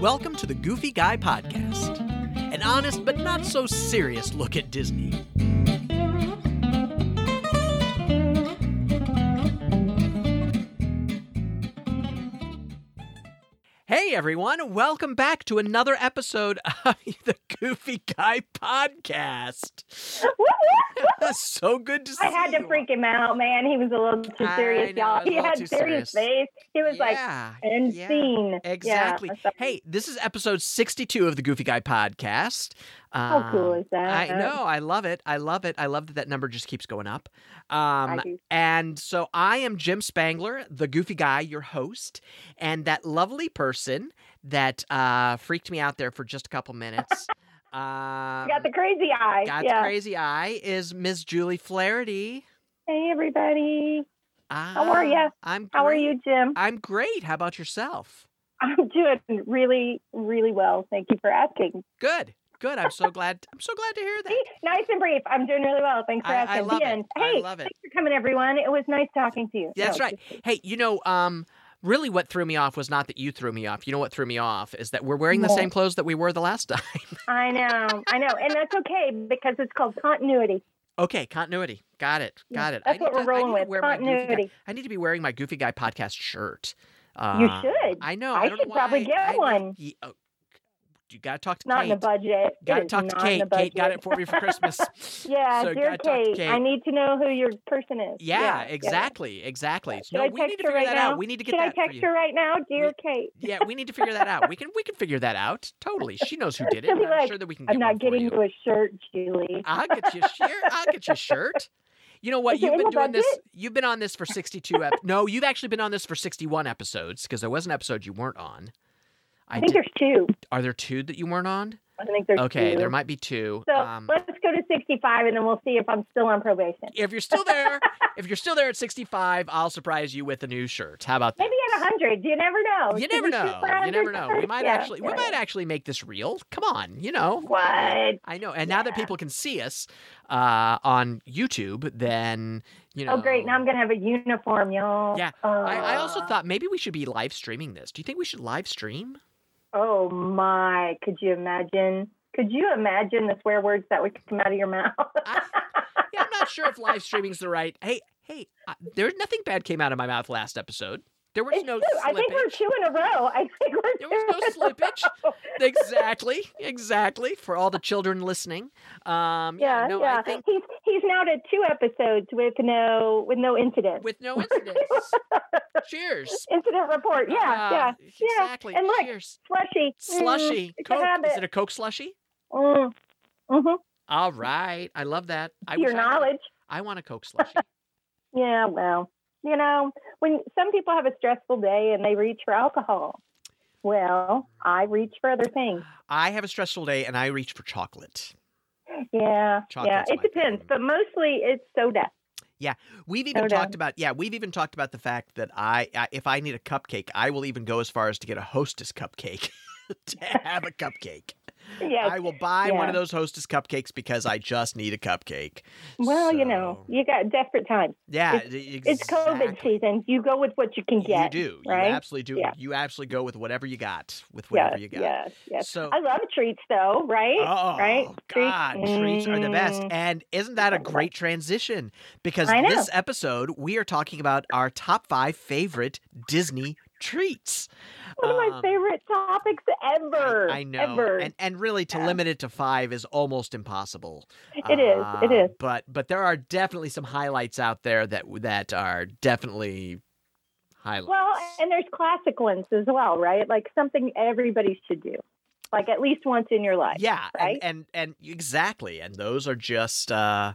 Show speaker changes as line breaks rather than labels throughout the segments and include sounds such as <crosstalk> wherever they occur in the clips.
Welcome to the Goofy Guy Podcast, an honest but not so serious look at Disney. Hey everyone, welcome back to another episode of <laughs> the Goofy Guy Podcast. so good to see
I had to
you.
freak him out, man. He was a little too
I
serious,
know, it
y'all.
was a
He
little
had
too serious.
serious face. He was like
yeah,
and
yeah.
scene. Yeah,
Exactly.
so-
hey, this is episode 62 of the Goofy Guy podcast.
how cool
Um,
is that?
I know. I love it. I love it. I love that that number just keeps going up. Um,
I do.
and so I am Jim Spangler, the Goofy Guy, your host, and that lovely person that uh, freaked me out there for just a couple
<laughs>
minutes. um,
got the crazy eye.
got the
yeah.
crazy eye is Miss Julie Flaherty.
hey everybody. are
Ah,
ya?
I'm.
How are
great.
you, Jim? <laughs>
I'm great. How about yourself?
I'm doing really, really well. Thank you for asking.
Good. Good. I'm so glad. I'm so glad to hear
Hey,
that.
nice and brief. I'm doing really well. Thanks for
I- I
asking. The
love it.
end.
I
Hey,
love it.
thanks for coming, everyone. It was nice talking to you.
That's
No,
right. Hey, you know, um, really what threw me off was not that you threw me off. You know what threw me off is that we're wearing the
What?
same clothes that we wore the last time.
I know. I know. And that's okay because it's called continuity.
<laughs> okay, continuity. Got it.
Yeah,
Got it. I
That's
need
what we're
to- I
rolling
need to
with.
wear my Goofy Guy-
Continuity.
I need to be wearing my Goofy Guy podcast shirt. Uh,
You should.
I know.
I
I, don't know
should probably
why.
get
I need-
one.
Ye- oh, you gotta talk to
Not
Kate.
in the budget. It
Gotta
is
talk to
not in
Kate.
the
Kate got it
budget.
for me for Christmas.
<laughs> Yeah,
So
dear
gotta talk to
Kate,
Kate.
I need to know who your person is.
Yeah, exactly, exactly.
Should
no,
I
we need
text
to
her
figure
right
that
now?
out. We need to get
Should I
that for
text
you.
her right now, dear
We-
Kate?
Yeah, we need to figure that out. We can we can figure that out. Totally. She knows who did it.
She'll be
and I'm
like,
sure that we can get
I'm
one
not getting
for
<laughs> you a shirt, Julie.
I'll get you a shirt. I'll get you a shirt. You know what?
Is it
You've
in
been
the
doing this.
budget?
You've been on this for 62 ep- No, you've actually been on this for 61 episodes because there was an episode you weren't on. I
I think
did-
there's two.
are there two that you weren't on?
I think there's
Okay,
two.
there might be two.
so
um,
let's go to 65, and then we'll see if I'm still on probation.
if you're still
<laughs>
there, if you're still there at 65, I'll surprise you with a new shirt. How about that?
Maybe at 100. You never know.
You
Should
never
we shoot
know.
for
You never
100
know. We
first?
might
Yeah,
actually we
yeah.
might actually make this real. Come on, you know.
What?
I know. And now that people can see us uh, on YouTube, then you know.
Oh, great. Now I'm going to have a uniform, y'all.
Yeah,
Uh,
I, I also thought maybe we should be live streaming this. Do you think we should live stream?
Oh my, could you imagine? Could you imagine the swear words that would come out of your mouth?
I, yeah, I'm not sure if live streaming's the right. Hey, hey, uh, there's nothing bad came out of my mouth last episode. There was
It's
no
two. <laughs> I think we're
slippage.
two in a row. I think we're
There
two
was no
in a
slippage.
<laughs> row.
exactly, exactly. For all the children listening, um, yeah,
Yeah,
no,
yeah.
I think
He's he's now to two episodes with no with no incident.
with no incidents. Cheers.
<laughs> incident report. Yeah, yeah.
Ah, Exactly.
And look,
Cheers.
Slushy. Mm-hmm.
Slushy.
Mm, it's a
Coke. Is
habit.
it a Coke slushy?
Mm. Mm-hmm.
All right. I love that. I
Your
wish I had-
knowledge.
I want a Coke slushy.
Yeah, well, you know, when some people have a stressful day and they reach for alcohol. Well, I reach for other things.
I have a stressful day and I reach for chocolate.
Yeah, yeah.
Chocolate's
It
my
depends,
thing.
but mostly it's soda.
We've even
Soda.
talked about yeah, we've even talked about the fact that I, I if I need a cupcake, I will even go as far as to get a Hostess cupcake <laughs> to have a cupcake.
Yeah.
I will buy one
yeah.
of those Hostess cupcakes because I just need a cupcake.
well, you know,
so-
you got desperate times.
Yeah, e,
It's COVID
exactly.
season. You go with what you can get.
you do.
right?
You absolutely do.
Yeah.
You absolutely go with whatever you got, with
Yes,
whatever you got.
yes, yes.
So
I love treats though, right?
Oh,
right? Treats-
God, treats are the best.
Mm.
And isn't that a great transition? Because
I know.
this episode, we are talking about our top five favorite Disney treats.
One of my
um,
favorite topics
I-
ever.
I, know.
Ever.
And, and really, to
Yeah.
limit it to five is almost impossible.
It is, it
Uh,
is.
But, but there are definitely some highlights out there that, that are definitely highlights.
well, and there's classic ones as well, right? Like something everybody should do. Like at least once in your life.
yeah
right?
and, and and exactly and those are just uh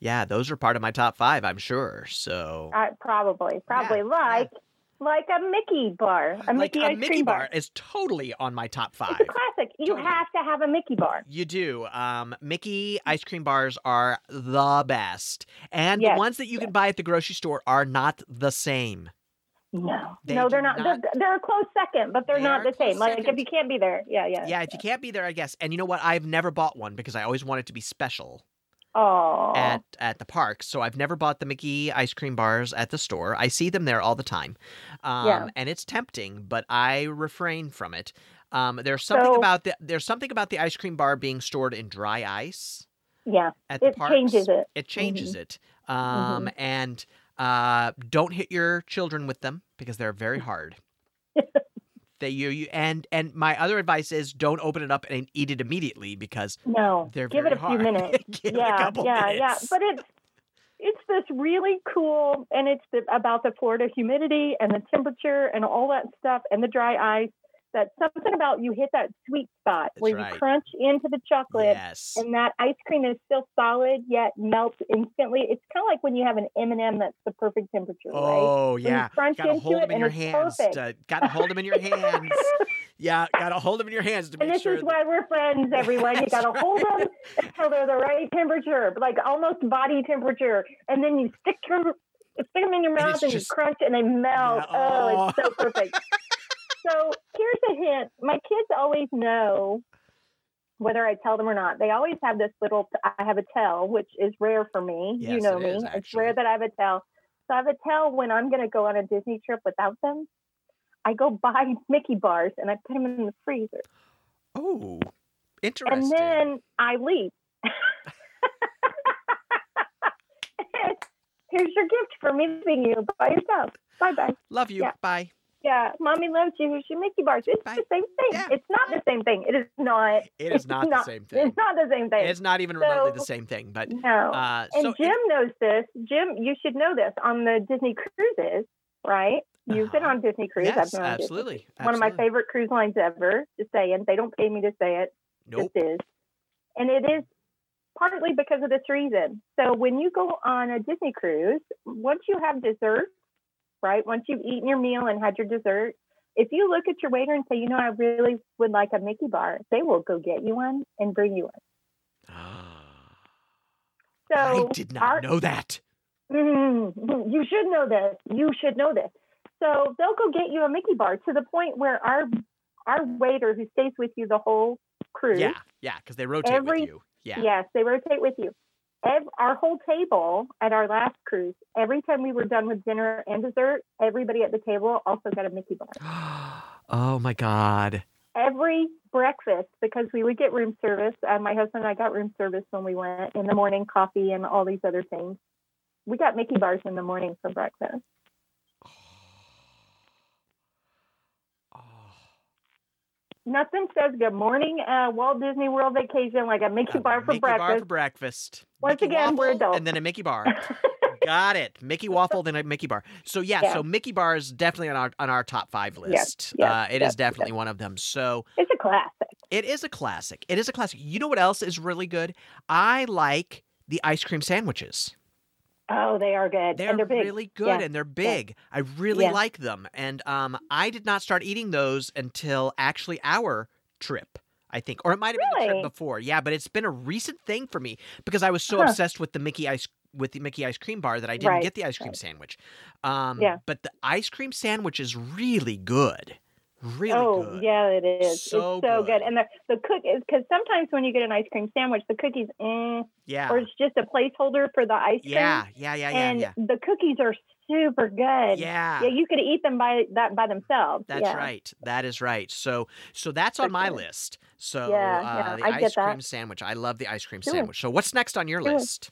yeah those are part of my top five i'm sure so
Uh, probably. Probably like like a Mickey bar. A
like
Mickey
a
ice
Mickey
cream
bar.
bar.
is totally on my top five.
It's a classic. You
Totally.
have to have a Mickey bar.
You do. Um, Mickey ice cream bars are the best, and the
Yes,
ones that you can buy at the grocery store are not the same.
No,
They
no,
do
they're not.
not-
They're, they're a close second, but they're
They
not
are a
the same.
close
Like
second.
if you can't be there, yeah, yeah.
Yeah, if you can't be there, I guess. And you know what? I've never bought one because I always want it to be special
Oh,
at at the park. So I've never bought the Mickey ice cream bars at the store. I see them there all the time, um,
Yeah.
and it's tempting, but I refrain from it. Um, there's something
So-
about the there's something about the ice cream bar being stored in dry ice
Yeah,
at the
it
parks.
changes it.
It changes it.
Mm-hmm.
Um, and uh, don't hit your children with them because they're
<laughs>
very hard. they you, you and and my other advice is don't open it up and eat it immediately because
No,
they're
Oh, give it
very
a
hard. <laughs>
few minutes.
Give it a
yeah,
couple
yeah, yeah.
minutes.
But it's it's this really cool, and it's the, about the Florida humidity and the temperature and all that stuff and the dry ice. That something about you hit that sweet spot
That's
where
right.
you crunch into the chocolate.
yes,
And that ice cream is still solid yet melts instantly. It's kind of like when you have an M and M that's the perfect temperature, right?
oh
When you
yeah.
crunch
Gotta
into
hold
it
them in
and
your
it's
hands.
perfect.
To, gotta hold them in your
<laughs>
hands. Yeah, gotta hold them in your hands to
And
make
this
sure.
is why we're friends, everyone. You
That's
gotta
<laughs>
hold them until they're the right temperature, but like almost body temperature, and then you stick your stick them in your
And
mouth
it's
and,
just-
you crunch, and they melt.
Yeah,
Oh, it's so perfect. so here's a hint: my kids always know whether I tell them or not. They always have this little. I have a tell, which is rare for me. you
Yes,
know
it
me.
is,
it's rare
actually.
that I have a tell. So I have a tell when I'm going to go on a Disney trip without them. I go buy Mickey bars and I put them in the freezer
Oh, interesting.
and then I leave. <laughs> Here's your gift for missing you by yourself. Bye bye.
Love you.
yeah.
Bye.
Yeah, mommy loves you. Here's your Mickey bars. It's
Bye.
the same thing.
Yeah.
It's not the same thing. It is not.
It is not, the same thing.
<laughs> It's not the same thing.
It's not even remotely the
So-
same thing. But
no.
uh,
Oh, and
so it-
Jim knows this. Jim, you should know this on the Disney cruises, right? You've been
Uh-huh.
on Disney cruises.
yes,
been on a Disney-
absolutely.
One of my
absolutely.
favorite cruise lines ever. Just saying, they don't pay me to say it.
Nope.
this is. And it is partly because of this reason. So when you go on a Disney cruise, once you have dessert, right? Once you've eaten your meal and had your dessert, if you look at your waiter and say, you know, I really would like a Mickey bar, they will go get you one and bring you one.
<gasps>
So
I did not
our-
know that.
Mm, <laughs> you should know this. You should know this. So they'll go get you a Mickey bar to the point where our our waiter who stays with you the whole cruise
Yeah, yeah, because they rotate
Every-
with you. Yeah.
Yes, they rotate with you. Ev- our whole table at our last cruise, every time we were done with dinner and dessert, everybody at the table also got a Mickey bar.
<gasps> oh my
<gasps>
God.
Every breakfast, because we would get room service. Uh, my husband and I got room service when we went in the morning, coffee and all these other things. We got Mickey bars in the morning for breakfast.
Oh,
Nothing says good morning, uh, Walt Disney World vacation like a Mickey
a
bar for
Mickey bar for
breakfast.
breakfast.
Once
Mickey
again, we're
waffle
adults.
And then a Mickey
<laughs>
bar. Got it. Mickey waffle, then a Mickey bar. So yeah,
Yeah.
so Mickey bar is definitely on our on our top five
Yes,
list.
yes,
uh, it is
yes,
definitely one of them. So
it's a classic.
It is a classic. It is a classic. You know what else is really good? I like the ice cream sandwiches.
Oh, they are good.
They're
and they're big.
really good
Yeah,
and they're big. I really
Yeah.
like them. And um, I did not start eating those until actually our trip, I think. Or it might have been the
Really?
trip before. Yeah, but it's been a recent thing for me because I was so
Huh.
obsessed with the Mickey ice with the Mickey ice cream bar that I didn't
Right,
get the ice cream
right.
sandwich. Um
Yeah.
but the ice cream sandwich is really good. Really
oh
good.
yeah, it is.
So
it's so good.
good.
And the the cookies because sometimes when you get an ice cream sandwich, the cookies, mm,
Yeah.
or it's just a placeholder for the ice cream.
yeah, yeah, yeah, yeah,
and
yeah.
the cookies are super good.
Yeah.
Yeah, you could eat them by that by themselves.
That's
yeah.
right. That is right. So so that's on
For
my
sure.
list. So
Yeah,
uh,
yeah,
the
I get
ice
that.
cream sandwich. I love the ice cream
Sure.
sandwich. So what's next on your
Sure.
list?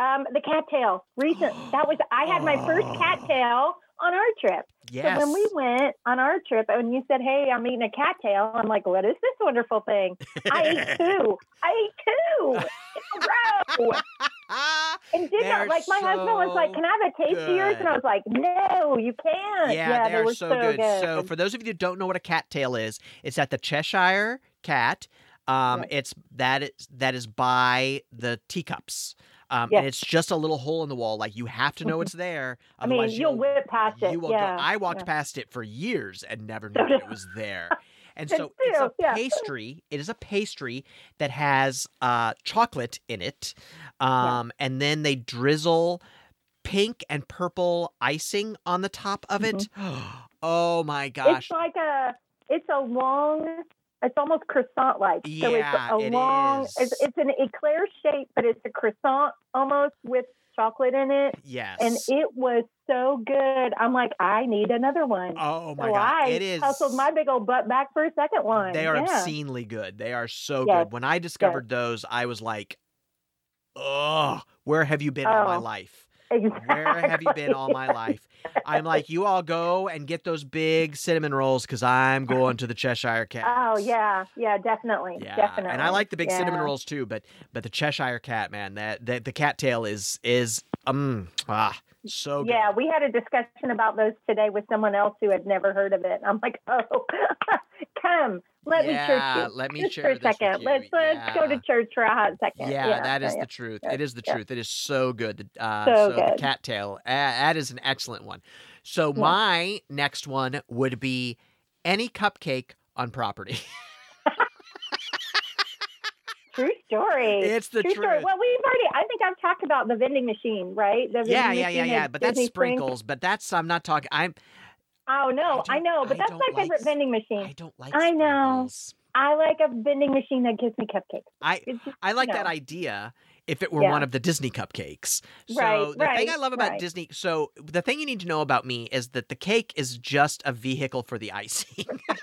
Um, the cattail.
<gasps>
Recent. that was I had my first
Oh.
cattail on our trip.
Yes.
So when we went on our trip and you said, "Hey, I'm eating a cattail," I'm like, "What is this wonderful thing?" <laughs> I
<laughs>
ate two. I ate two in a row. <laughs>
ah,
and did
They're
not like my husband was like,
so
"Can I have a taste of yours?"
good.
And I was like, "No, you
yeah,
can't."
they, are
were
so, good. So for those of you who don't know what a cattail is, it's at the Cheshire Cat. Um,
Yes.
it's that is that is by the teacups. Um,
Yes.
and it's just a little hole in the wall. Like you have to know
<laughs>
it's there.
I mean,
Otherwise
you'll, whip past it.
You will
yeah.
go. I walked
yeah.
past it for years and never
So
knew
did
it was
<laughs>
there. And
Me
so it's a
too, yeah.
pastry. It is a pastry that has uh, chocolate in it, um, and then they drizzle pink and purple icing on
Mm-hmm.
the top of it. <gasps> oh my gosh!
It's like a, it's a long, It's almost croissant like. so
Yeah,
it's a
it
long
is.
It's, it's an eclair shape, but it's a croissant almost with chocolate in it.
Yes.
And it was so good. I'm like, I need another one.
oh my
so
god,
I
it is.
hustled my big old butt back for a second one.
They are
yeah. <laughs>
obscenely good. They are so
Yes,
good. When I discovered those, I was like, "Oh, where have you been all my
Oh,
life?
Exactly.
Where have you been all my life?" I'm like, "You all go and get those big cinnamon rolls because I'm going to the Cheshire Cat."
<laughs> Oh yeah, yeah, definitely,
Yeah,
definitely.
and I like the big cinnamon
Yeah.
rolls too, but but the Cheshire Cat, man, that, that the cattail is is um ah so good.
Yeah, we had a discussion about those today with someone else who had never heard of it. I'm like, oh, <laughs> come, let me
Yeah,
church you.
let me
Just
share
for a
this with
second.
you.
Let's let's go
Yeah.
to church for a hot second.
Yeah, that is
yeah.
the truth.
yeah,
It is the
yeah.
truth. It is so good. The- Uh, so
So
the
good.
cattail, uh, that is an excellent one. So
Yeah.
my next one would be any cupcake on property.
true story.
it's the
true story.
truth.
Well, we've already. I think I've talked about the vending machine, right? The
yeah,
vending
yeah, yeah,
machine
yeah.
at
But that's
Disney Springs.
sprinkles. But that's I'm not talking. I'm.
Oh
I
no,
don't-
I, know,
I
but that's
don't
my
like
favorite
s-
vending
I
machine.
don't like.
I know.
Sprinkles.
I like a vending machine that gives me cupcakes.
I
It's just,
I like
No.
that idea if it were
Yeah.
one of the Disney cupcakes. So
Right,
the thing I
right,
love about
right.
Disney so the thing you need to know about me is that the cake is just a vehicle for the <laughs> icing.
do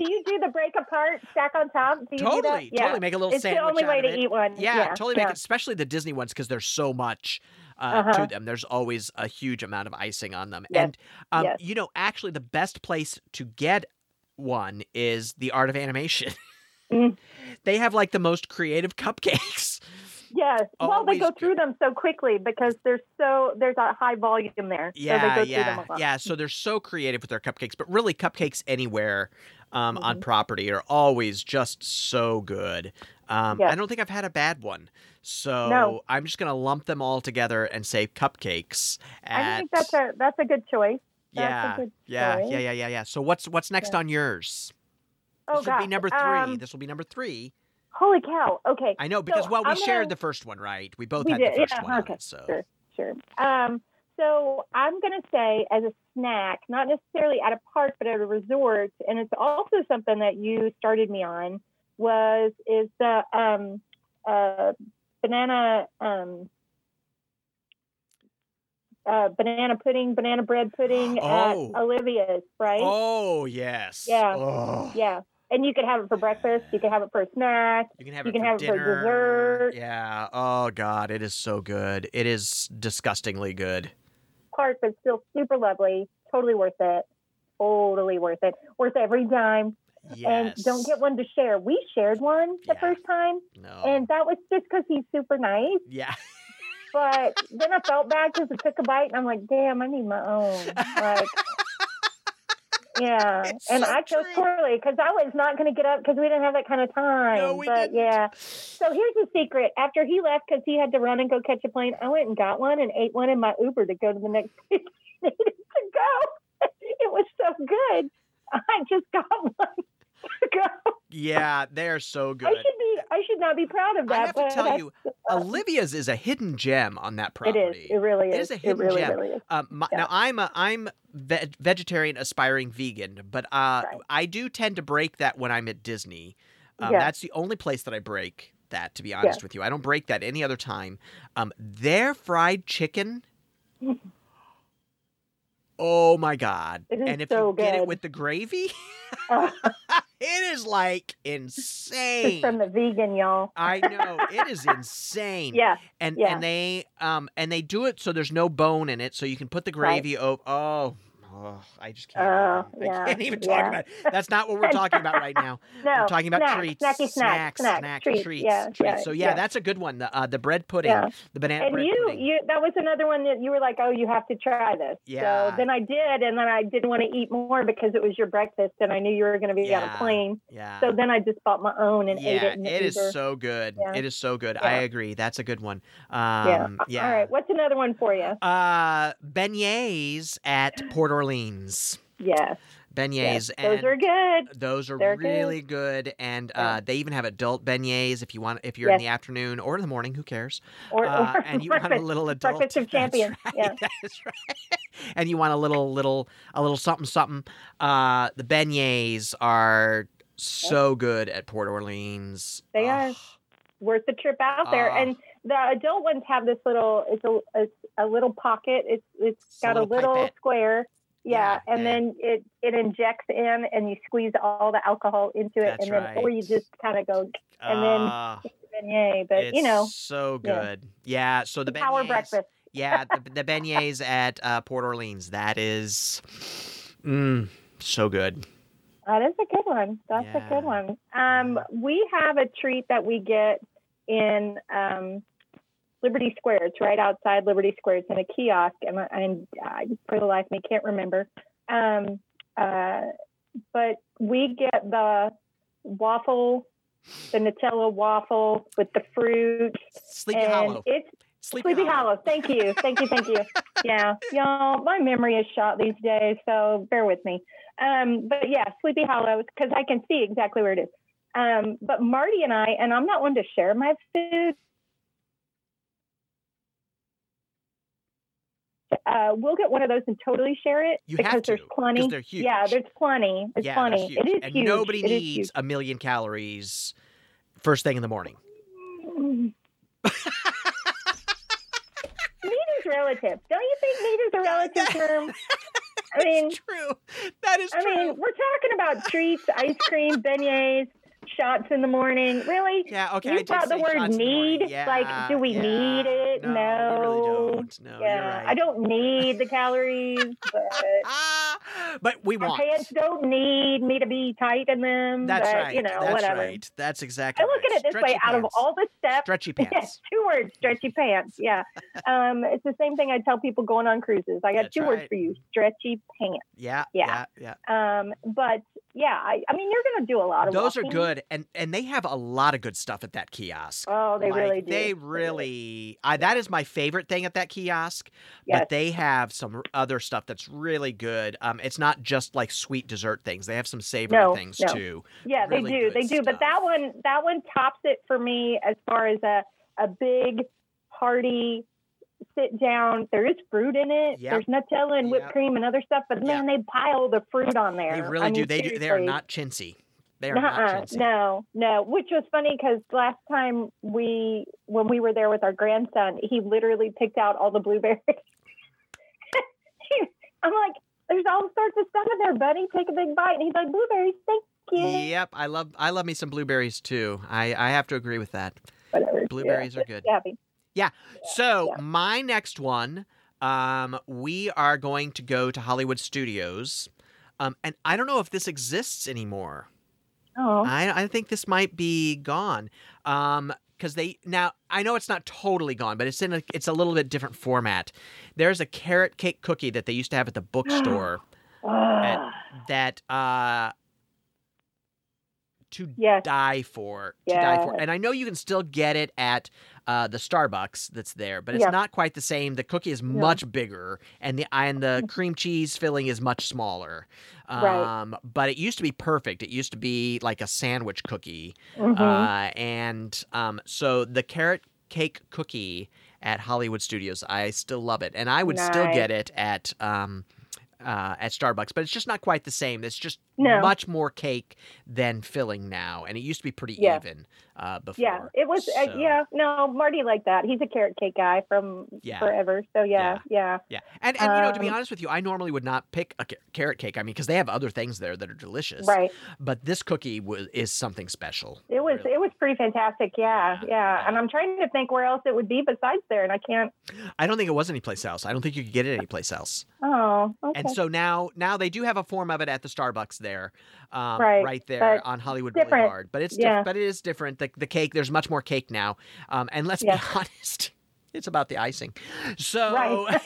you do the break apart, stack on top? Do you do that?
totally,
Yeah.
totally make a little
It's the
sandwich
only
out
way
of
to
it.
eat one.
Yeah, totally
yeah.
make it, especially the Disney ones because there's so much uh,
Uh-huh.
to them. There's always a huge amount of icing on them,
Yes,
and um,
yes.
you know, actually, the best place to get one is the Art of Animation.
Mm.
<laughs> They have like the most creative <laughs> cupcakes.
Yes. well, they go
Always
through them so quickly because there's so there's a high volume there. so they
Yeah,
go through them
yeah,
a lot.
yeah. So they're so creative with their cupcakes, but really, cupcakes anywhere um, on
Mhm.
property are always just so good. Um,
Yes.
I don't think I've had a bad one, so
No.
I'm just gonna lump them all together and say cupcakes. At,
I think that's a that's a good choice. that's a
yeah,
good
yeah,
choice.
yeah, yeah, yeah, yeah. So what's what's next
Yeah.
on yours?
Oh
this will be
gosh,
number three.
um,
this will be number three.
holy cow. Okay.
I know because well, we
I'm
shared the
gonna-
first one, right? We both
We
had
did,
the first
yeah,
one. on
okay,
it, so
Sure, sure. Um, so I'm going to say, as a snack, not necessarily at a park, but at a resort, and it's also something that you started me on was is the um, uh, banana um, uh, banana pudding, banana bread
<gasps>
pudding
Oh.
at Olivia's, right?
oh yes,
Yeah.
Oh.
Yeah, and you could have it for breakfast. You could have it for a snack.
You can have
You
it
can
for
have it for
dinner.
dessert.
Yeah. Oh God, it is so good. It is disgustingly good.
park, but still super lovely. Totally worth it. Totally worth it. Worth every dime.
Yes.
And don't get one to share. We shared one
Yeah.
the
Oh.
first time,
No.
and that was just because he's super nice.
yeah. <laughs>
But then I felt bad because I took a bite, and I'm like, damn, I need my own.
<laughs>
Like, yeah.
It's
and
so
I chose
true.
poorly because I was not going to get up because we didn't have that kind of time.
No, we
but
didn't.
yeah. So here's the secret. After he left because he had to run and go catch a plane, I went and got one and ate one in my Uber to go to the next <laughs> place I needed to go. <laughs> It was so good. I just got <laughs> one to go.
Yeah. They're so
I
good.
should be I should not be proud of that.
I have to
but
tell
that's-
you, Olivia's is a hidden gem on that
it
property.
is. It really is.
It is a hidden
really,
gem.
really is. <laughs>
Um, my,
Yeah.
Now I'm a I'm ve- vegetarian aspiring vegan, but uh,
Right.
I do tend to break that when I'm at Disney. Um,
Yeah.
That's the only place that I break that. To be honest with you, I don't break that any other time. Um, their fried
<laughs>
chicken. Oh my god!
It is
and if
so
you get it
good.
with the gravy, <laughs>
Oh,
it is like
it's
insane.
from the vegan, y'all.
I know it is insane
<laughs> Yeah.
and
Yeah.
and they um and they do it so there's no bone in it, so you can put the
Right.
gravy over. Oh, oh, I just can't.
Oh,
even, I
yeah,
can't even
yeah.
talk about. It. That's not
<laughs>
what we're talking about right now.
No.
we're talking about
snack,
treats,
Snacky snack,
snacks,
snack,
snack,
treats.
treats,
Yeah,
treats.
yeah,
so yeah, that's a good one. The uh, the bread pudding,
Yeah.
the banana
and
bread
you,
pudding.
you that was another one that you were like, oh, you have to try this.
Yeah.
So then I did, and then I didn't want to eat more because it was your breakfast, and I knew you were going to be on
Yeah.
a plane.
yeah.
So then I just bought my own and ate
yeah,
it. in the
it is
Uber.
so good.
Yeah.
It is so good.
Yeah.
I agree. That's a good one.
yeah.
Um, yeah.
All right. What's another one for you?
Uh, beignets at Port Orleans.
Yes.
beignets.
Yes,
and
those are good.
Those are
They're good.
really good, and uh,
Yeah.
they even have adult beignets if you want. If you're in
Yes.
the afternoon or in the morning, who cares?
Or,
Uh,
or <laughs>
and you want a
breakfast.
little adult
breakfast of champions,
<laughs> That's
yeah.
right, <laughs> that's right. and you want a little little a little something something. Uh, the beignets are so good at Port Orleans.
They are.
Ugh.
worth the trip out there.
Ah.
and the adult ones have this little it's a it's a little pocket. It's
It's
it's
a
got a
little
little
pipette.
square. Yeah,
Yeah,
and
yeah.
then it it injects in, and you squeeze all the alcohol into it,
That's
and then or you
right.
just kind of go and then
Ah,
beignet. But you
it's
know,
so
yeah.
good. Yeah. so the
power
beignets-
breakfast.
yeah,
<laughs>
the, the beignets at uh, Port Orleans. That is, mm, so good.
That is a good one. That's a
Yeah.
good one. Um,
Yeah.
we have a treat that we get in um, Liberty Square. It's right outside Liberty Square. It's in a kiosk, and I, and I for the life of me can't remember. Um, uh, but we get the waffle, the Nutella waffle with the fruit,
Sleepy
and
Hollow.
it's
Sleepy,
Sleepy Hollow. Thank you, thank
<laughs>
you, thank you. Yeah, y'all, my memory is shot these days, so bear with me. Um, but yeah, Sleepy Hollow, because I can see exactly where it is. Um, but Marty and I, and I'm not one to share my food. Uh, we'll get one of those and totally share it
You have
because
to,
there's
'cause
plenty.
they're huge.
Yeah, there's plenty. It's
yeah, they're
plenty.
huge.
It is
and
huge.
nobody
It is
needs a million calories first thing in the morning.
huge. meat is relative. Don't you think meat is a relative term? I mean,
It's true. That is
I
true.
mean, we're talking about treats, ice cream, beignets, shots in the morning. Really?
yeah, okay.
you
I did
brought the
say
word
shots in morning.
need.
Yeah,
Like, do we
yeah.
need it?
No, we
No.
really don't. No, you're
yeah,
right.
I don't need the calories,
<laughs>
but
Ah, but we
my
want.
pants don't need me to be tight in them.
That's
but,
right.
You know,
That's
whatever.
right. That's exactly.
I look
right.
at it this
Stretchy
way: out of
pants.
all the steps,
stretchy
<laughs> Yes,
pants.
two words,
<laughs>
stretchy pants. Yeah. Um, it's the same thing I tell people going on cruises. I got
That's
two words
right.
for you stretchy pants.
Yeah, yeah,
Yeah.
yeah.
Um, but yeah, I, I mean, you're going to do a lot of
Those are
walking.
good, and and they have a lot of good stuff at that kiosk.
Oh, they
Like,
really do.
They really. I that is my favorite thing at that kiosk.
Yes.
But they have some other stuff that's really good. Um, it's not just like sweet dessert things. They have some savory
No,
things
no.
too.
Yeah,
really
they do.
good
They do.
stuff.
But that one, that one tops it for me as far as a, a big party sit down. There is fruit in it.
Yep.
There's Nutella and whipped
Yep.
cream and other stuff. But man, they pile the fruit on there.
They
I
really
mean,
do. They do. They are
seriously.
not chintzy. They are
Nuh-uh,
not chintzy.
no, no. Which was funny because last time we, when we were there with our grandson, he literally picked out all the blueberries. <laughs> I'm like, there's all sorts of stuff in there, buddy. Take a big bite, and he's like, blueberries, thank you.
Yep, I love I love me some blueberries too. I I have to agree with that.
Whatever. Yeah,
Blueberries are good.
just Happy.
So
yeah.
my next one, um, we are going to go to Hollywood Studios, um, and I don't know if this exists anymore.
Oh,
I I think this might be gone, um, because they now I know it's not totally gone, but it's in a it's a little bit different format. There's a carrot cake cookie that they used to have at
<gasps>
the bookstore
ah,
that uh, to
yes.
die for to die for
Yes.
and i know you can still get it at uh, the starbucks that's there but it's
Yeah.
not quite the same the cookie is much bigger and the and the cream cheese filling is much smaller
Mm-hmm. Right.
um, but it used to be perfect it used to be like a sandwich cookie
Mhm.
uh, and um, so the carrot cake cookie at hollywood studios i still love it and i would still
Nice.
get it at um, uh, at Starbucks, but it's just not quite the same. It's just
No.
much more cake than filling now, and it used to be pretty
Yeah.
even uh, before.
yeah, it was. Uh,
So,
yeah, no, Marty liked that. He's a carrot cake guy from
Yeah.
forever. So yeah, yeah,
yeah. And and you know, to be
Um,
honest with you, I normally would not pick a ca- carrot cake. I mean, because they have other things there that are delicious.
right.
But this cookie was is something special.
It was
really.
it was pretty fantastic, yeah,
Yeah,
yeah,
yeah.
And I'm trying to think where else it would be besides there, and I can't.
I don't think it was anyplace else. I don't think you could get it anyplace else.
Oh, okay.
And so now, now they do have a form of it at the Starbucks there, um,
Right,
there
but
on Hollywood
different.
Boulevard. But it's diff-
Yeah.
but it is different. The, the cake, there's much more cake now. Um, and let's
Yeah.
be <laughs> honest, it's about the icing. So
<laughs> Right.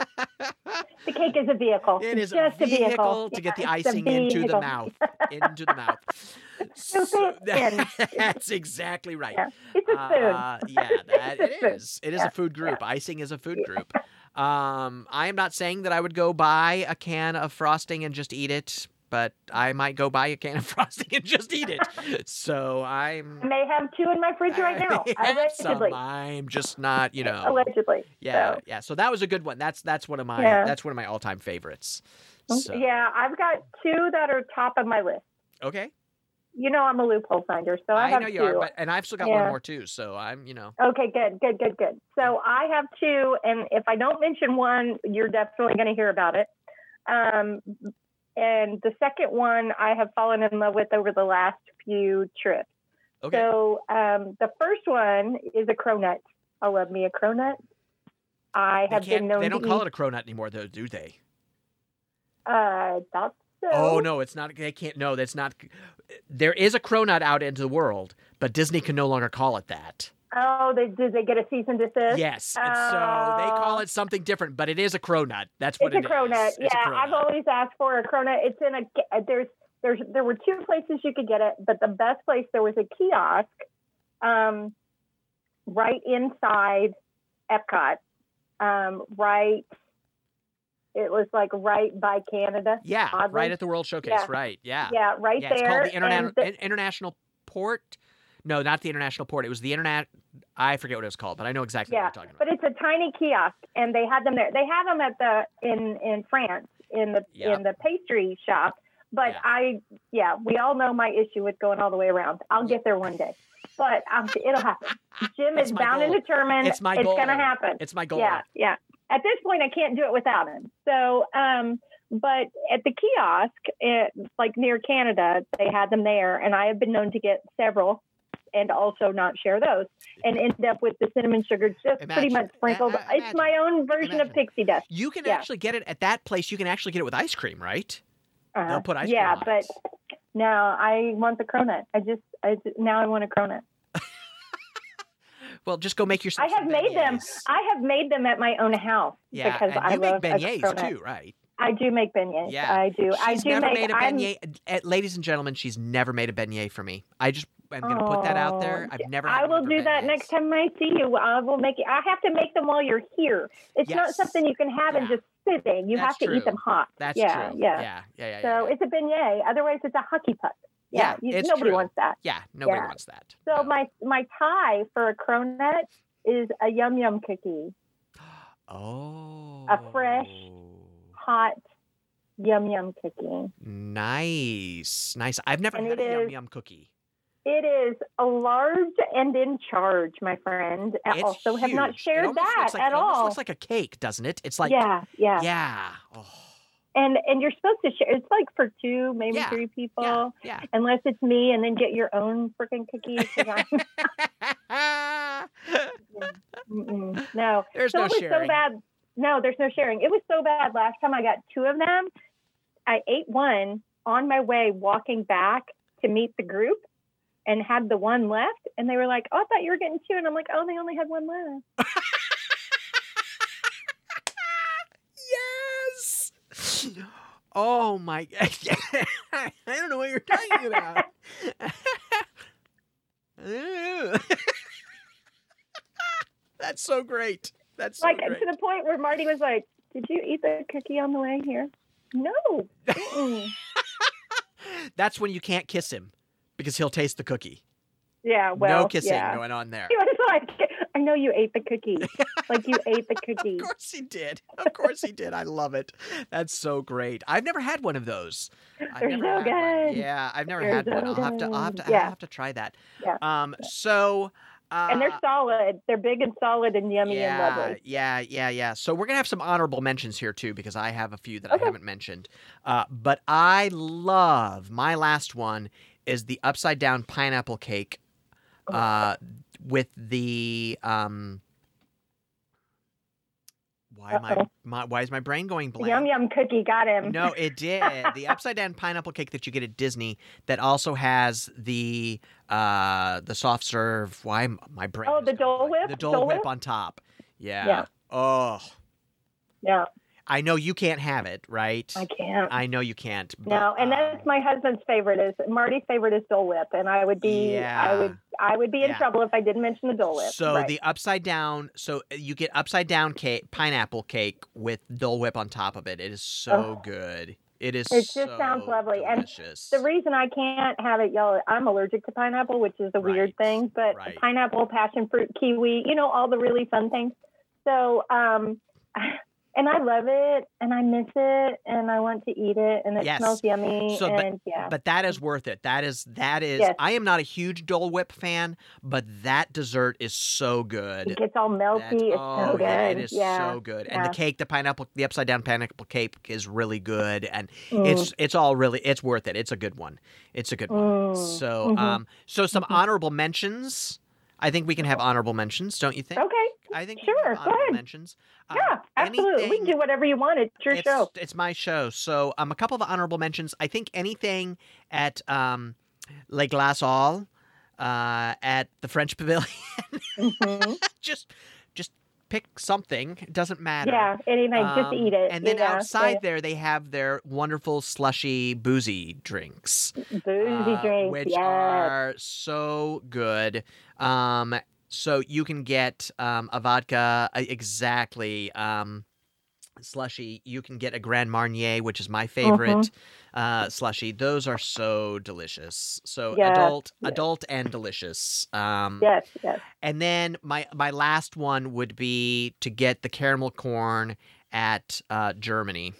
the cake is a vehicle.
it is
just
a vehicle,
vehicle
to get the
Yeah, it's a
icing into the
vehicle. <laughs>
mouth, into the mouth. <laughs>
Scoop it in.
that's exactly right.
Yeah. It's a spoon. <laughs>
Uh, yeah, that,
It's a
it
spoon.
is. It is
Yeah,
a food group. Icing is a food group. Um, I am not saying that I would go buy a can of frosting and just eat it, but I might go buy a can of <laughs> frosting and just eat it. so
I
I'm.
may have two in my fridge right now.
<laughs> I have some. uh,
Allegedly.
I'm just not, you know.
Allegedly.
Yeah,
So,
yeah. So that was a good one. That's that's one of my
Yeah. Oh,
that's one of my all time favorites. So,
Yeah, I've got two that are top of my list.
Okay.
You know I'm a loophole finder, so I,
I
have
know you
two.
are, but and I've still got one
Yeah.
more too. So I'm, you know.
Okay, good, good, good, good. So I have two, and if I don't mention one, you're definitely going to hear about it. Um, and the second one I have fallen in love with over the last few trips.
Okay.
So um, the first one is a cronut. I love me a cronut. I have
they
been
can't.
known
They don't
to
call it
eat,
a cronut anymore, though, do they?
Uh, thought so.
Oh no, it's not. They can't. No, that's not. There is a cronut out into the world, but Disney can no longer call it that.
Oh, they, did they get a cease and desist?
Yes, and
Uh,
so they call it something different, but it is a cronut. That's what
it's a
it is.
cronut.
It's a
yeah, I've
cronut.
always asked for a cronut. It's in a uh, there's there's there were two places you could get it, but the best place there was a kiosk, um, right inside Epcot, um, right. It was like right by Canada.
yeah,
oddly.
right at the World Showcase.
Yeah.
Right. Yeah.
Yeah, right
yeah,
there.
It's called the
and
Interna- In- international port. No, not the international port. It was the internet. I forget what it was called, but I know exactly
Yeah,
what you're talking
but
about.
it's a tiny kiosk, and they had them there. They have them at the in in France in the
Yeah.
in the pastry shop. But
Yeah.
I, yeah, we all know my issue with going all the way around. I'll get there one day, but um, it'll happen. Jim
It's
is
my
bound and
goal.
determined.
It's my
gonna
goal.
happen.
It's my goal.
Yeah, yeah. At this point, I can't do it without him. So, um, but at the kiosk, it, like near Canada, they had them there, and I have been known to get several, and also not share those, and end up with the cinnamon sugar just
Imagine.
pretty much sprinkled.
I- I-
it's my own version of
Imagine.
pixie dust.
You can
Yeah.
actually get it at that place. You can actually get it with ice cream, right?
Uh,
They'll put ice
yeah,
cream on it.
but no, I want the cronut. I just I, now I want a cronut.
Well, just go make yourself.
I have
some
made them.
beignets.
I have made them at my own house
yeah,
because
and
I
you make
love a
beignets
cronut.
too, right?
I do make beignets.
Yeah.
I do. I
She's
do
never
make.
made a
I'm-
beignet. uh, ladies and gentlemen, she's never made a beignet for me. I just I'm gonna put that out there.
Oh,
I've never. had
I
one
will
for
do that
beignets.
next time I see you. I will make it. I have to make them while you're here. It's not
Yes.
something you can have and
Yeah.
just sitting. You
That's
have to
true.
eat them hot.
That's
yeah,
true.
Yeah.
yeah, yeah, yeah.
So
yeah.
it's a beignet. Otherwise, it's a hockey puck. Yeah.
Yeah,
you,
it's
nobody
true.
wants that.
yeah, nobody
yeah.
wants that.
So
No.
my my tie for a cronut is a yum yum cookie,
<gasps> oh,
fresh- hot yum yum cookie.
nice, nice. I've never
And
had
it
a yum
is-
yum cookie.
It is a large and in charge, my friend. I
It's
also have not
huge. It
shared
almost
that
looks like,
at
it almost
all.
Looks like a cake, doesn't it? It's like
yeah, yeah.
yeah. Oh,
and and you're supposed to share. It's like for two, maybe
Yeah,
three people,
yeah,
<laughs>
yeah. <laughs>
unless it's me, and then get your own freaking cookies. 'cause
<laughs>
I'm- <laughs> Mm-mm. no,
There's
so
no
it was
sharing.
so bad. No, there's no sharing. It was so bad last time I got two of them. I ate one on my way walking back to meet the group, and had the one left, and they were like, "Oh, I thought you were getting two," and I'm like, "Oh, they only had one left."
Yes. Oh my! <laughs> I don't know what you're talking about. <laughs> Ew. That's so great. That's so
like
great.
to the point where Marty was like, "Did you eat the cookie on the way here?" No. Mm-mm.
<laughs> That's when you can't kiss him because he'll taste the cookie.
yeah. Well.
no kissing
yeah.
going on there.
<laughs> He was like, I know you ate
<laughs>
the cookie. Like you ate the cookie.
Of course he did. Of course he did. I love it. That's so great. I've never had one of those. I've
They're
never
so
had one.
good.
Yeah, I've never
They're
had one.
so
I'll have to. I'll have to.
good.
I'll
Yeah.
have to try that.
Yeah.
Um. So. Uh,
And they're solid. They're big and solid and yummy
yeah,
and lovely.
Yeah, yeah, yeah. So we're gonna have some honorable mentions here too, because I have a few that
Okay.
I haven't mentioned. Uh, but I love my last one is the upside down pineapple cake,
Oh.
uh, with the um. Why am I,
Uh-oh.
my why is my brain going
The
blank?
Yum yum cookie got him.
No, it did. the upside down pineapple cake that you get at Disney that also has the uh the soft serve. Why am- my brain?
Oh,
is
the
going
Dole
blank.
Whip?
The Dole,
Dole
whip,
Whip?
on top. Yeah.
Yeah.
Oh,
No,
I know you can't have it, right?
I can't.
I know you can't. Uh, But,
No, and
um,
that's my husband's favorite. Is Marty's favorite is Dole Whip, and I would be, I
Yeah.
would, I would be in
Yeah.
trouble if I didn't mention the Dole Whip.
So
Right.
the upside down, so uh, you get upside down cake, pineapple cake with Dole Whip on top of it. It is so
Oh.
good. It is.
It just sounds
so
lovely. And
delicious.
The reason I can't have it, y'all, I'm allergic to pineapple, which is a weird
Right,
thing, but
right.
pineapple, passion fruit, kiwi, you know, all the really fun things. So, um, and I love it and I miss it and I want to eat it and it
Yes.
smells yummy.
So, but-
and yeah.
but that is worth it. That is that is.
Yes.
I am not a huge Dole Whip fan, but that dessert is so good.
It gets all melty.
That's-
it's
oh,
so good.
yeah, it is
yeah.
so good. And the
yeah.
cake, the pineapple, the upside down pineapple cake is really good. And
Mm,
it's it's all really it's worth it. It's a good one. It's a good one.
mm.
So
mhm.
um so some
Mhm.
honorable mentions. I think we can have honorable mentions, don't you think?
okay.
I think we
sure,
can
go
have honorable
ahead.
mentions. Um,
Yeah, absolutely. We can
anything-
do whatever you want. It's your
it's,
show.
It's my show. So um, a couple of honorable mentions. I think anything at um, Le Glace Hall, uh, at the French Pavilion, <laughs>
hmm
just just pick something. It doesn't <laughs> matter.
yeah, anything. just
Um,
eat it.
And
you
then
know,
outside
yeah.
there, they have their wonderful slushy boozy drinks,
boozy
uh,
drinks.
which
yes.
are so good. Um, so you can get um, a vodka uh, exactly. Um, slushy you can get a grand marnier which is
Mm-hmm.
my favorite uh slushy those are so delicious so
Yeah,
adult
yeah.
adult and delicious um
Yes, yes.
and then my my last one would be to get the caramel corn at uh, Germany.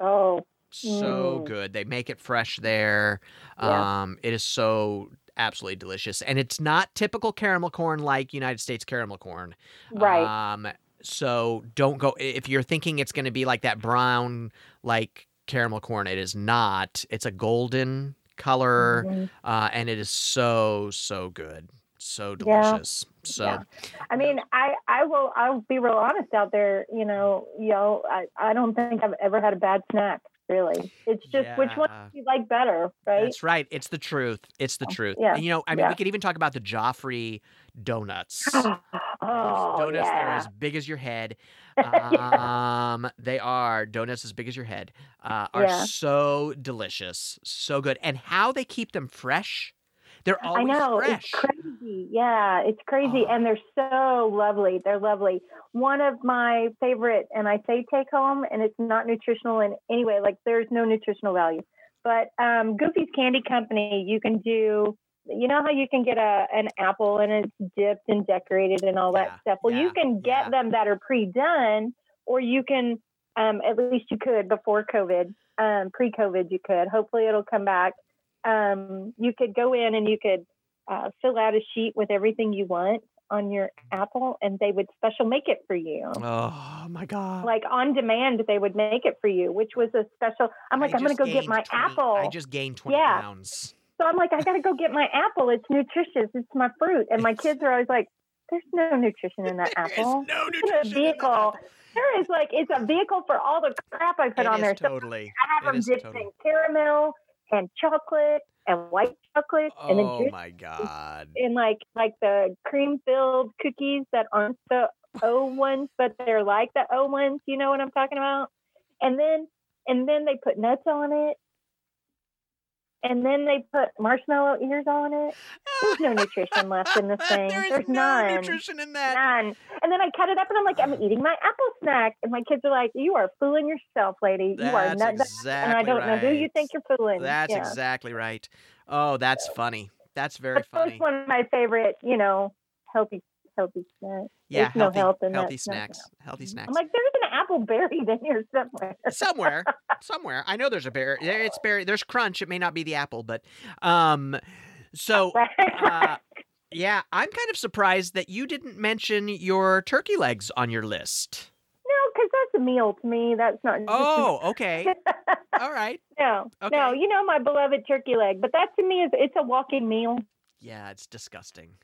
Oh,
So
Mm.
good. They make it fresh there.
Yeah.
Um, it is so absolutely delicious, and it's not typical caramel corn like United States caramel corn.
right.
Um, so don't go if you're thinking it's going to be like that brown like caramel corn. It is not. It's a golden color,
Mhm.
uh, and it is so so good. So
Yeah.
delicious. So.
Yeah. I mean, I, I will I'll be real honest out there. You know, y'all. I, I don't think I've ever had a bad snack. Really, it's just which one
Yeah.
you like better, right?
That's right. It's the truth. It's the truth.
Oh, yeah,
And, you know, I mean,
yeah.
we could even talk about the Joffrey donuts. Those
<sighs> oh,
donuts that are
yeah.
as big as your
<laughs>
head.
Yeah.
Um, They are donuts as big as your head. Uh, are
Yeah.
so delicious, so good, and how they keep them fresh. They're
I
always
know
fresh.
it's crazy. Yeah, it's crazy,
Oh.
and they're so lovely. They're lovely. One of my favorite, and I say take home, and it's not nutritional in any way. Like there's no nutritional value, but um, Goofy's Candy Company, you can do. You know how you can get a an apple and it's dipped and decorated and all
Yeah,
that stuff. Well,
yeah,
you can get
yeah.
them that are pre done, or you can. Um, at least you could before COVID. Um, pre COVID, you could. Hopefully, it'll come back um, you could go in and you could uh, fill out a sheet with everything you want on your Apple, and they would special make it for you.
oh my god!
Like on demand, they would make it for you, which was a special. I'm like,
I
I'm going
just
to go get
gained
my
20
apple.
I just gained twenty
Yeah.
pounds.
so I'm like, I got to go get my apple. It's nutritious. It's my fruit. And my
It's-
kids are always like, there's no nutrition
<laughs>
in that
There is
apple.
no
It's
nutrition. in
a
that
vehicle.
apple.
There is like, it's a vehicle for all the crap I put
It
on
is
there. So
totally.
I have
it
them
is
dipped
totally.
in caramel and chocolate and white chocolate and then
Oh
juice
my god!
in like like the cream filled cookies that aren't the O ones, but they're like the O ones. You know what I'm talking about? And then and then they put nuts on it, and then they put marshmallow ears on it. There's no nutrition left in this
<laughs>
thing.
there is
There's
no
none.
nutrition in that.
None. And then I cut it up, and I'm like, I'm eating my apple snack. And my kids are like, "You are fooling yourself, lady. you are
That's
not."
exactly
and I don't
right.
know who you think you're fooling.
That's
yeah.
exactly right. Oh, that's funny. That's very
But
funny.
That's one of my favorite, you know, healthy healthy snacks.
yeah,
there's no
healthy,
Mm-hmm. Oh health in that
healthy
snack
snacks. Healthy snacks.
I'm <laughs> like, there's an apple buried in here
<laughs>
somewhere. <laughs>
somewhere, somewhere. I know there's a berry. There, it's berry. There's crunch. It may not be the apple, but um, so uh,
<laughs>
yeah, I'm kind of surprised that you didn't mention your turkey legs on your
<laughs>
list.
no, because that's a meal to me. That's not.
Oh, okay. All right.
<laughs> no,
Okay.
no. You know my beloved turkey leg, but that to me is it's a walking meal.
Yeah, it's disgusting.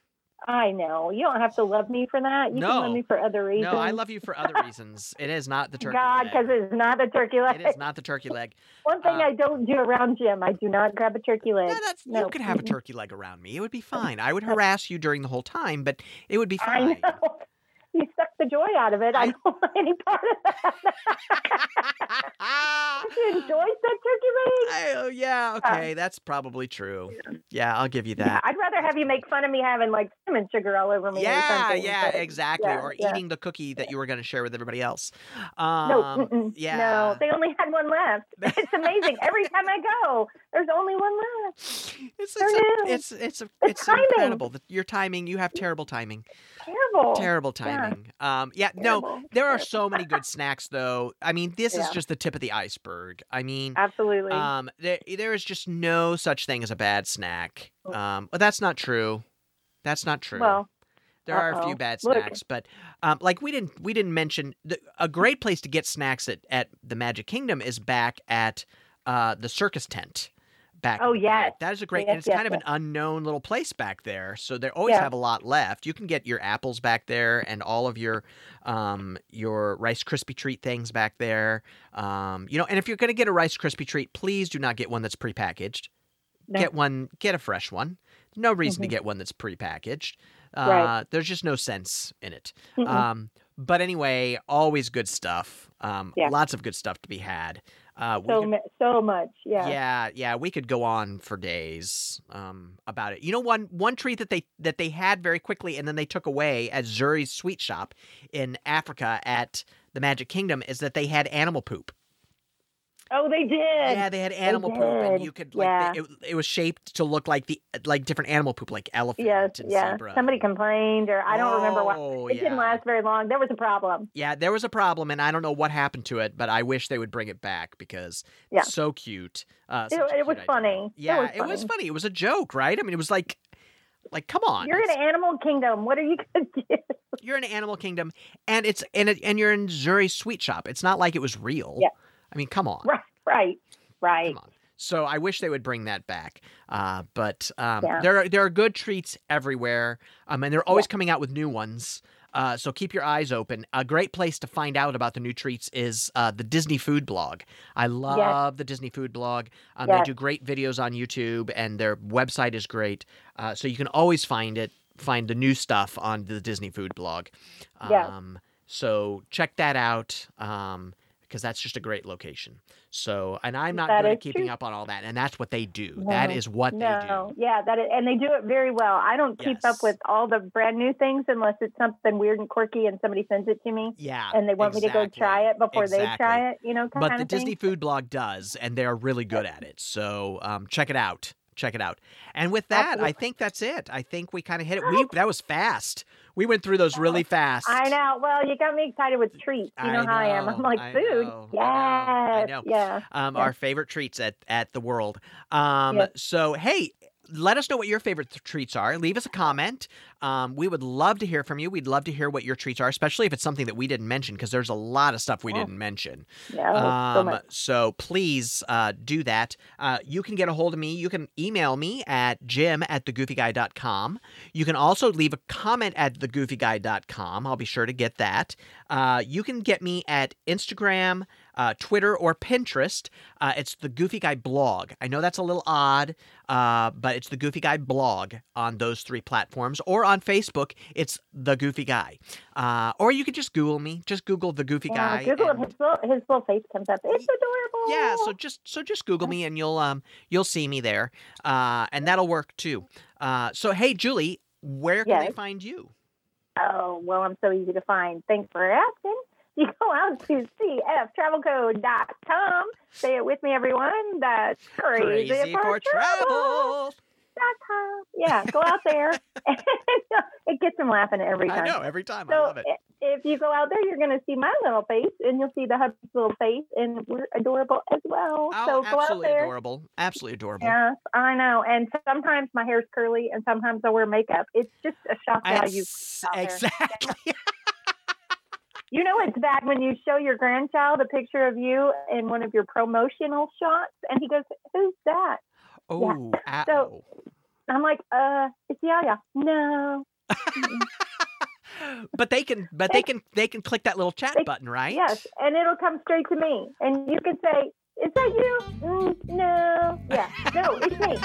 I know you don't have to love me for that. You can
No.
love me for other reasons.
No, I love you for other reasons. It is
<laughs>
not the turkey
God,
leg.
because it's not a turkey leg.
it is not the turkey leg.
One thing
uh,
I don't do around Jim, I do not grab a turkey leg.
No, that's you
No.
could have a
Mm-mm.
turkey leg
<laughs>
around me. It would be fine. I would harass you during the whole time, but it would be
I
fine.
know. You suck the the joy out of it. I don't <laughs> want any part of that. Don't you enjoyed that turkey leg?
I- <laughs> oh yeah, okay, that's probably true. <laughs> Yeah, I'll give you that.
I'd rather have you make fun of me having like cinnamon sugar all over me. or
Yeah,
something,
yeah,
but-
exactly.
yeah,
or
yeah.
eating the cookie that you were going to share with everybody else.
No,
Um,
mm-mm,
yeah.
no, they only had one left. <laughs> It's amazing. Every time I go, there's only one left.
<laughs> it's it's,
There
a,
it
it's it's a,
The
it's
timing.
incredible. The, your timing, you have terrible timing.
Terrible.
Terrible timing. Um yeah, no.
Terrible.
There are so many good snacks though. I mean, this is
Yeah.
just the tip of the iceberg. I mean,
Absolutely.
um there there is just no such thing as a bad snack.
Oh.
Um but that's not true. That's not true.
well,
There are a few
Uh-oh.
bad
Look.
snacks, but um, like we didn't we didn't mention the, a great place to get snacks at, at the Magic Kingdom is back at uh, the circus tent. Back
Oh,
in the day.
yes.
that is a great.
Yes,
and it's
yes,
kind of an unknown little place back there, so they always
Yeah.
have a lot left. You can get your apples back there and all of your um, your Rice Krispie treat things back there. Um, you know, and if you're going to get a Rice Krispie treat, please do not get one that's prepackaged.
No.
Get one, get a fresh one. No reason to
Mhm.
get one that's prepackaged. Uh,
Right.
There's just no sense in it.
mm-mm.
Um, but anyway, always good stuff. Um,
Yeah.
Lots of good stuff to be had. Uh, we
so
could-
mu- so much. Yeah.
yeah, yeah, we could go on for days um, about it. You know, one one treat that they that they had very quickly and then they took away at Zuri's sweet shop in Africa at the Magic Kingdom is that they had animal poop.
Oh, they did.
Yeah, they had animal poop, and
did.
you could like they- it, it was shaped to look like the like different animal poop, like elephant
Yes,
and
yeah.
zebra.
Somebody complained, or I don't remember why.
Oh,
It didn't
yeah.
last very long. There was a problem.
Yeah, there was a problem, and I don't know what happened to it, but I wish they would bring it back because
Yeah.
it's so cute. Uh,
It,
such a
it was
cute idea.
funny.
Yeah,
it was funny.
funny. It was a joke, right? I mean, it was like, like, come on,
You're in
it's-
an animal kingdom. What are you going to <laughs> do?
you're in Animal Kingdom, and it's and it, and you're in Zuri's sweet shop. It's not like it was real.
Yeah.
I mean, come on.
Right, right, right.
Come on. So I wish they would bring that back. Uh, but um,
Yeah.
there are there are good treats everywhere, um, and they're always coming out with new ones. Uh, so keep your eyes open. A great place to find out about the new treats is uh, the Disney Food Blog. I love the Disney Food Blog. Um, They
Yes.
do great videos on YouTube, and their website is great. Uh, so you can always find it, find the new stuff on the Disney Food Blog.
Yes.
Um, so check that out. Um, because that's just a great location. So, and I'm not
That
good at
is
keeping
true.
up on all that, and that's what they do. that
No,
is what
No, yeah, that is, and they do it very well. I don't keep
Yes.
up with all the brand new things unless it's something weird and quirky, and somebody sends it to me,
they do. Yeah,
and they want me to go
exactly.
try it before they
exactly.
try it. You know, kind
But the
of thing.
Disney Food Blog does, and they are really good at it. So, um, check it out. Check it out. And with that, I
Absolutely.
think that's it. I think we kind of hit it. We that was fast. We went through those really fast.
I know. Well, you got me excited with treats. You
I
know, how I am.
know,
I'm like
I
food.
know,
yes.
I know, I know.
Yeah.
um,
Yeah.
our favorite treats at at the world. Um,
Yes.
So hey, let us know what your favorite th- treats are. Leave us a comment. Um, we would love to hear from you. We'd love to hear what your treats are, especially if it's something that we didn't mention, because there's a lot of stuff we
Yeah.
didn't mention.
Yeah. Oh, so
Um,
much.
so please uh, do that. Uh, you can get a hold of me. You can email me at jim at thegoofyguy.com. You can also leave a comment at thegoofyguy.com. I'll be sure to get that. Uh, you can get me at Instagram, uh, Twitter, or Pinterest. Uh, it's the Goofy Guy blog. I know that's a little odd, uh, but it's the Goofy Guy blog on those three platforms. Or on Facebook, it's the Goofy Guy. Uh, or you could just Google me. Just Google the Goofy
Yeah,
Guy.
Oh, Google
and-
it. His little, his little face comes up. It's adorable.
yeah, so just so just Google me and you'll um you'll see me there, uh, and that'll work too. Uh, so hey, Julie, where can they
Yes.
find you?
Oh, well, I'm so easy to find. Thanks for asking. <laughs> You go out to cftravelcode.com. Say it with me, everyone. That's crazy, for, travel. dot com. Yeah, go out
<laughs>
there. <laughs> and it gets them laughing every time.
I know every time I
So
love it.
i- if you go out there, you're going to see my little face, and you'll see the hub's little face, and we're adorable as well.
Oh,
so go out
absolutely
there.
adorable, absolutely adorable.
Yes, I know. And sometimes my hair's curly, and sometimes I wear makeup. It's just a shock value.
Ex-
out there.
exactly. <laughs>
You know, it's bad when you show your grandchild a picture of you in one of your promotional shots, and he goes, "Who's that?"
Oh,
So- And I'm like, "Uh, it's Yaya." No.
ow. but they can, but they can, they can click that little chat
They-
button, right?
Yes, and it'll come straight to me, <laughs> and you can say, "Is that you?" Mm, no. Yeah. No, it's me.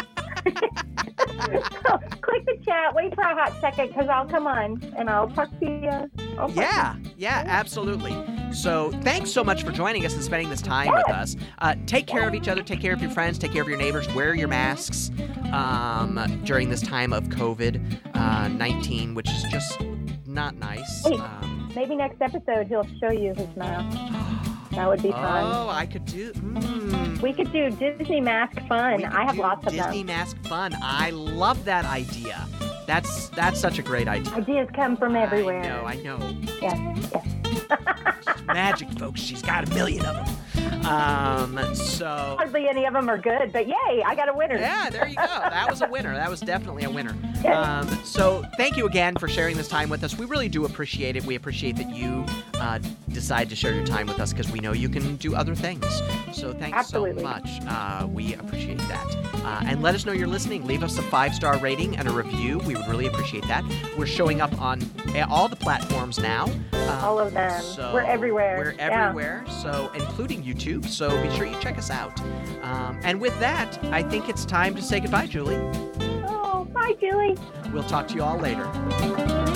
so click the chat. Wait for a hot second because I'll come on and I'll talk to you. I'll talk
Yeah, yeah, absolutely. So, thanks so much for joining us and spending this time with us. Uh, take care of each other, take care of your friends, take care of your neighbors, wear your masks um, during this time of COVID uh, 19, which is just not nice.
Hey.
Um,
Maybe next episode he'll show you his mask. That would <gasps> be fun.
oh, I could do. Mm,
We could do Disney mask
we
fun.
could
I have
do
lots of
Disney
them.
mask fun. I love that idea. That's that's such a great idea.
Ideas come from everywhere.
I know, I know.
Yes, yes. <laughs>
She's magic, folks. She's got a million of them. Um, so
Hardly any of them are good, but yay, I got a winner.
yeah, there you go. That was a winner. That was definitely a winner.
Yes.
Um, so thank you again for sharing this time with us. We really do appreciate it. We appreciate that you uh, decide to share your time with us because we know you can do other things. So thanks
Absolutely.
so much. Uh, we appreciate that. Uh, and let us know you're listening. Leave us a five star rating and a review. We would really appreciate that. We're showing up on uh, all the platforms now. Um,
All of them.
so
we're everywhere.
We're
Yeah.
everywhere, so including YouTube. So be sure you check us out. Um, and with that, I think it's time to say goodbye, Julie.
Oh, bye, Julie.
We'll talk to you all later.
Bye.